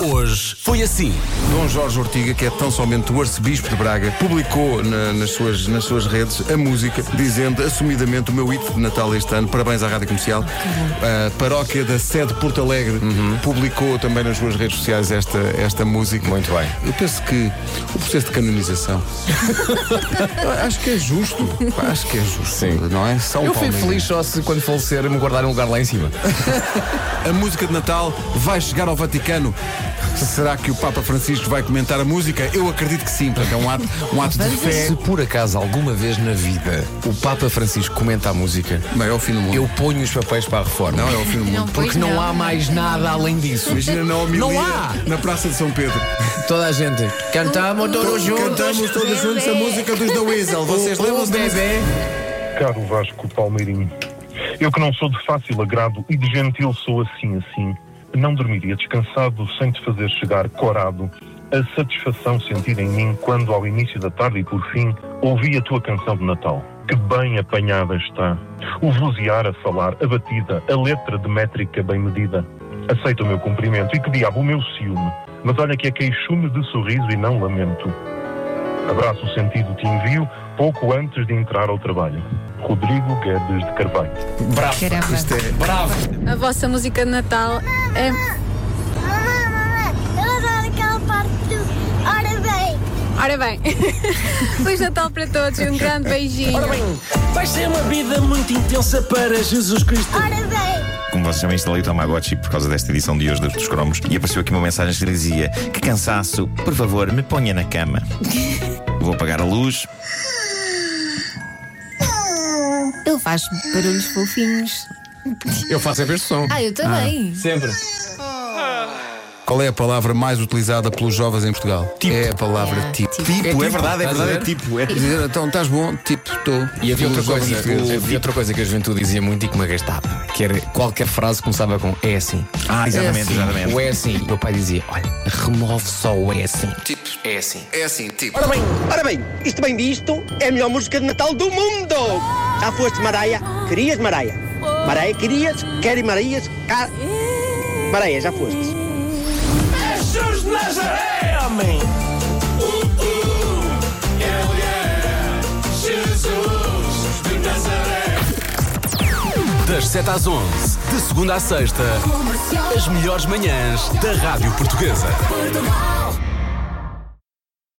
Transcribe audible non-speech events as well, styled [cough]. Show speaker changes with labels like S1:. S1: Hoje foi assim.
S2: Dom Jorge Ortiga, que é tão somente o arcebispo de Braga, publicou na- nas, suas, nas suas redes a música, dizendo assumidamente o meu hit de Natal este ano, parabéns à Rádio Comercial. A paróquia da sede Porto Alegre
S3: Uhum.
S2: publicou também nas suas redes sociais esta, esta música.
S3: Muito bem.
S2: Eu penso que o processo de
S3: [laughs]
S2: canonização. acho que é justo. Pá, Acho que é justo.
S3: Sim.
S2: Não é? São
S3: Eu fico
S2: Palmeiras.
S3: feliz só se quando falecer me guardarem um lugar lá em cima.
S2: A música de Natal vai chegar ao Vaticano. Será que o Papa Francisco vai comentar a música? Eu acredito que sim, portanto é um ato, um ato de fé.
S3: Se por acaso alguma vez na vida o Papa Francisco comenta a música,
S2: Não, é o fim do mundo.
S3: eu ponho os papéis para a reforma.
S2: Não, é o fim do mundo.
S3: Porque
S4: Pois
S3: não,
S4: não.
S3: há mais nada além disso.
S2: Imagina na homilia
S3: Não há!
S2: na Praça de São Pedro.
S3: Toda a gente. Cantamos todos juntos.
S2: Cantamos todos juntos a música dos The Weasel. Vocês
S3: O
S2: lembram-se da música?
S3: bebê.
S5: Caro Vasco Palmeirinho, eu que não sou de fácil agrado e de gentil sou assim assim, não dormiria descansado sem te fazer chegar corado a satisfação sentida em mim quando ao início da tarde e por fim ouvi a tua canção de Natal. Que bem apanhada está, o vozear a falar, a batida, a letra de métrica bem medida. Aceita o meu cumprimento e que diabo o meu ciúme, mas olha que é queixume de sorriso e não lamento. Abraço sentido te envio pouco antes de entrar ao trabalho. Rodrigo Guedes de Carvalho.
S3: Bravo.
S4: Caramba.
S2: Isto é-
S3: Bravo.
S6: A vossa música de Natal é.
S7: Mamãe, mamãe, eu adoro aquela parte do. Ora bem,
S6: Ora bem, [laughs] Feliz Natal para todos e um grande beijinho.
S8: Ora bem, vai ser uma vida muito intensa para Jesus Cristo.
S7: ora bem.
S9: Como vocês sabem, instalei o Tamagotchi por causa desta edição de hoje dos, dos cromos e apareceu aqui uma mensagem que dizia: Que cansaço, por favor, me ponha
S3: [laughs]
S9: na cama. Vou apagar a luz.
S4: Ele faz barulhos fofinhos.
S3: Eu faço sempre este som.
S4: Ah, eu também.
S3: Sempre.
S2: Qual é a palavra mais utilizada pelos jovens em Portugal? É a palavra
S4: É,
S2: tipo.
S4: tipo.
S9: Tipo, é,
S3: tipo,
S9: verdade, é
S3: estás a
S9: verdade, é
S3: ver?
S9: tipo. É tipo.
S2: Dizer, então estás bom? Tipo, estou.
S3: E havia outra,
S2: Pelos jovens
S3: coisa,
S2: portugueses.
S3: o- havia outra coisa que a juventude dizia muito e que me agastava, que era qualquer frase que começava com é assim.
S9: Ah, exatamente, exatamente.
S3: O é assim. E o meu pai dizia: olha, remove só o é assim. Tipo, é assim.
S8: Ora bem, ora bem, isto bem visto é a melhor música de Natal do mundo. Já foste Maraia? Querias Maraia? Maraia querias? Querem Maraias? Ca... Maraia, já foste. Jesus de Nazaré, homem!
S1: Das 7 às 11, de segunda à sexta, as melhores manhãs da Rádio Portuguesa.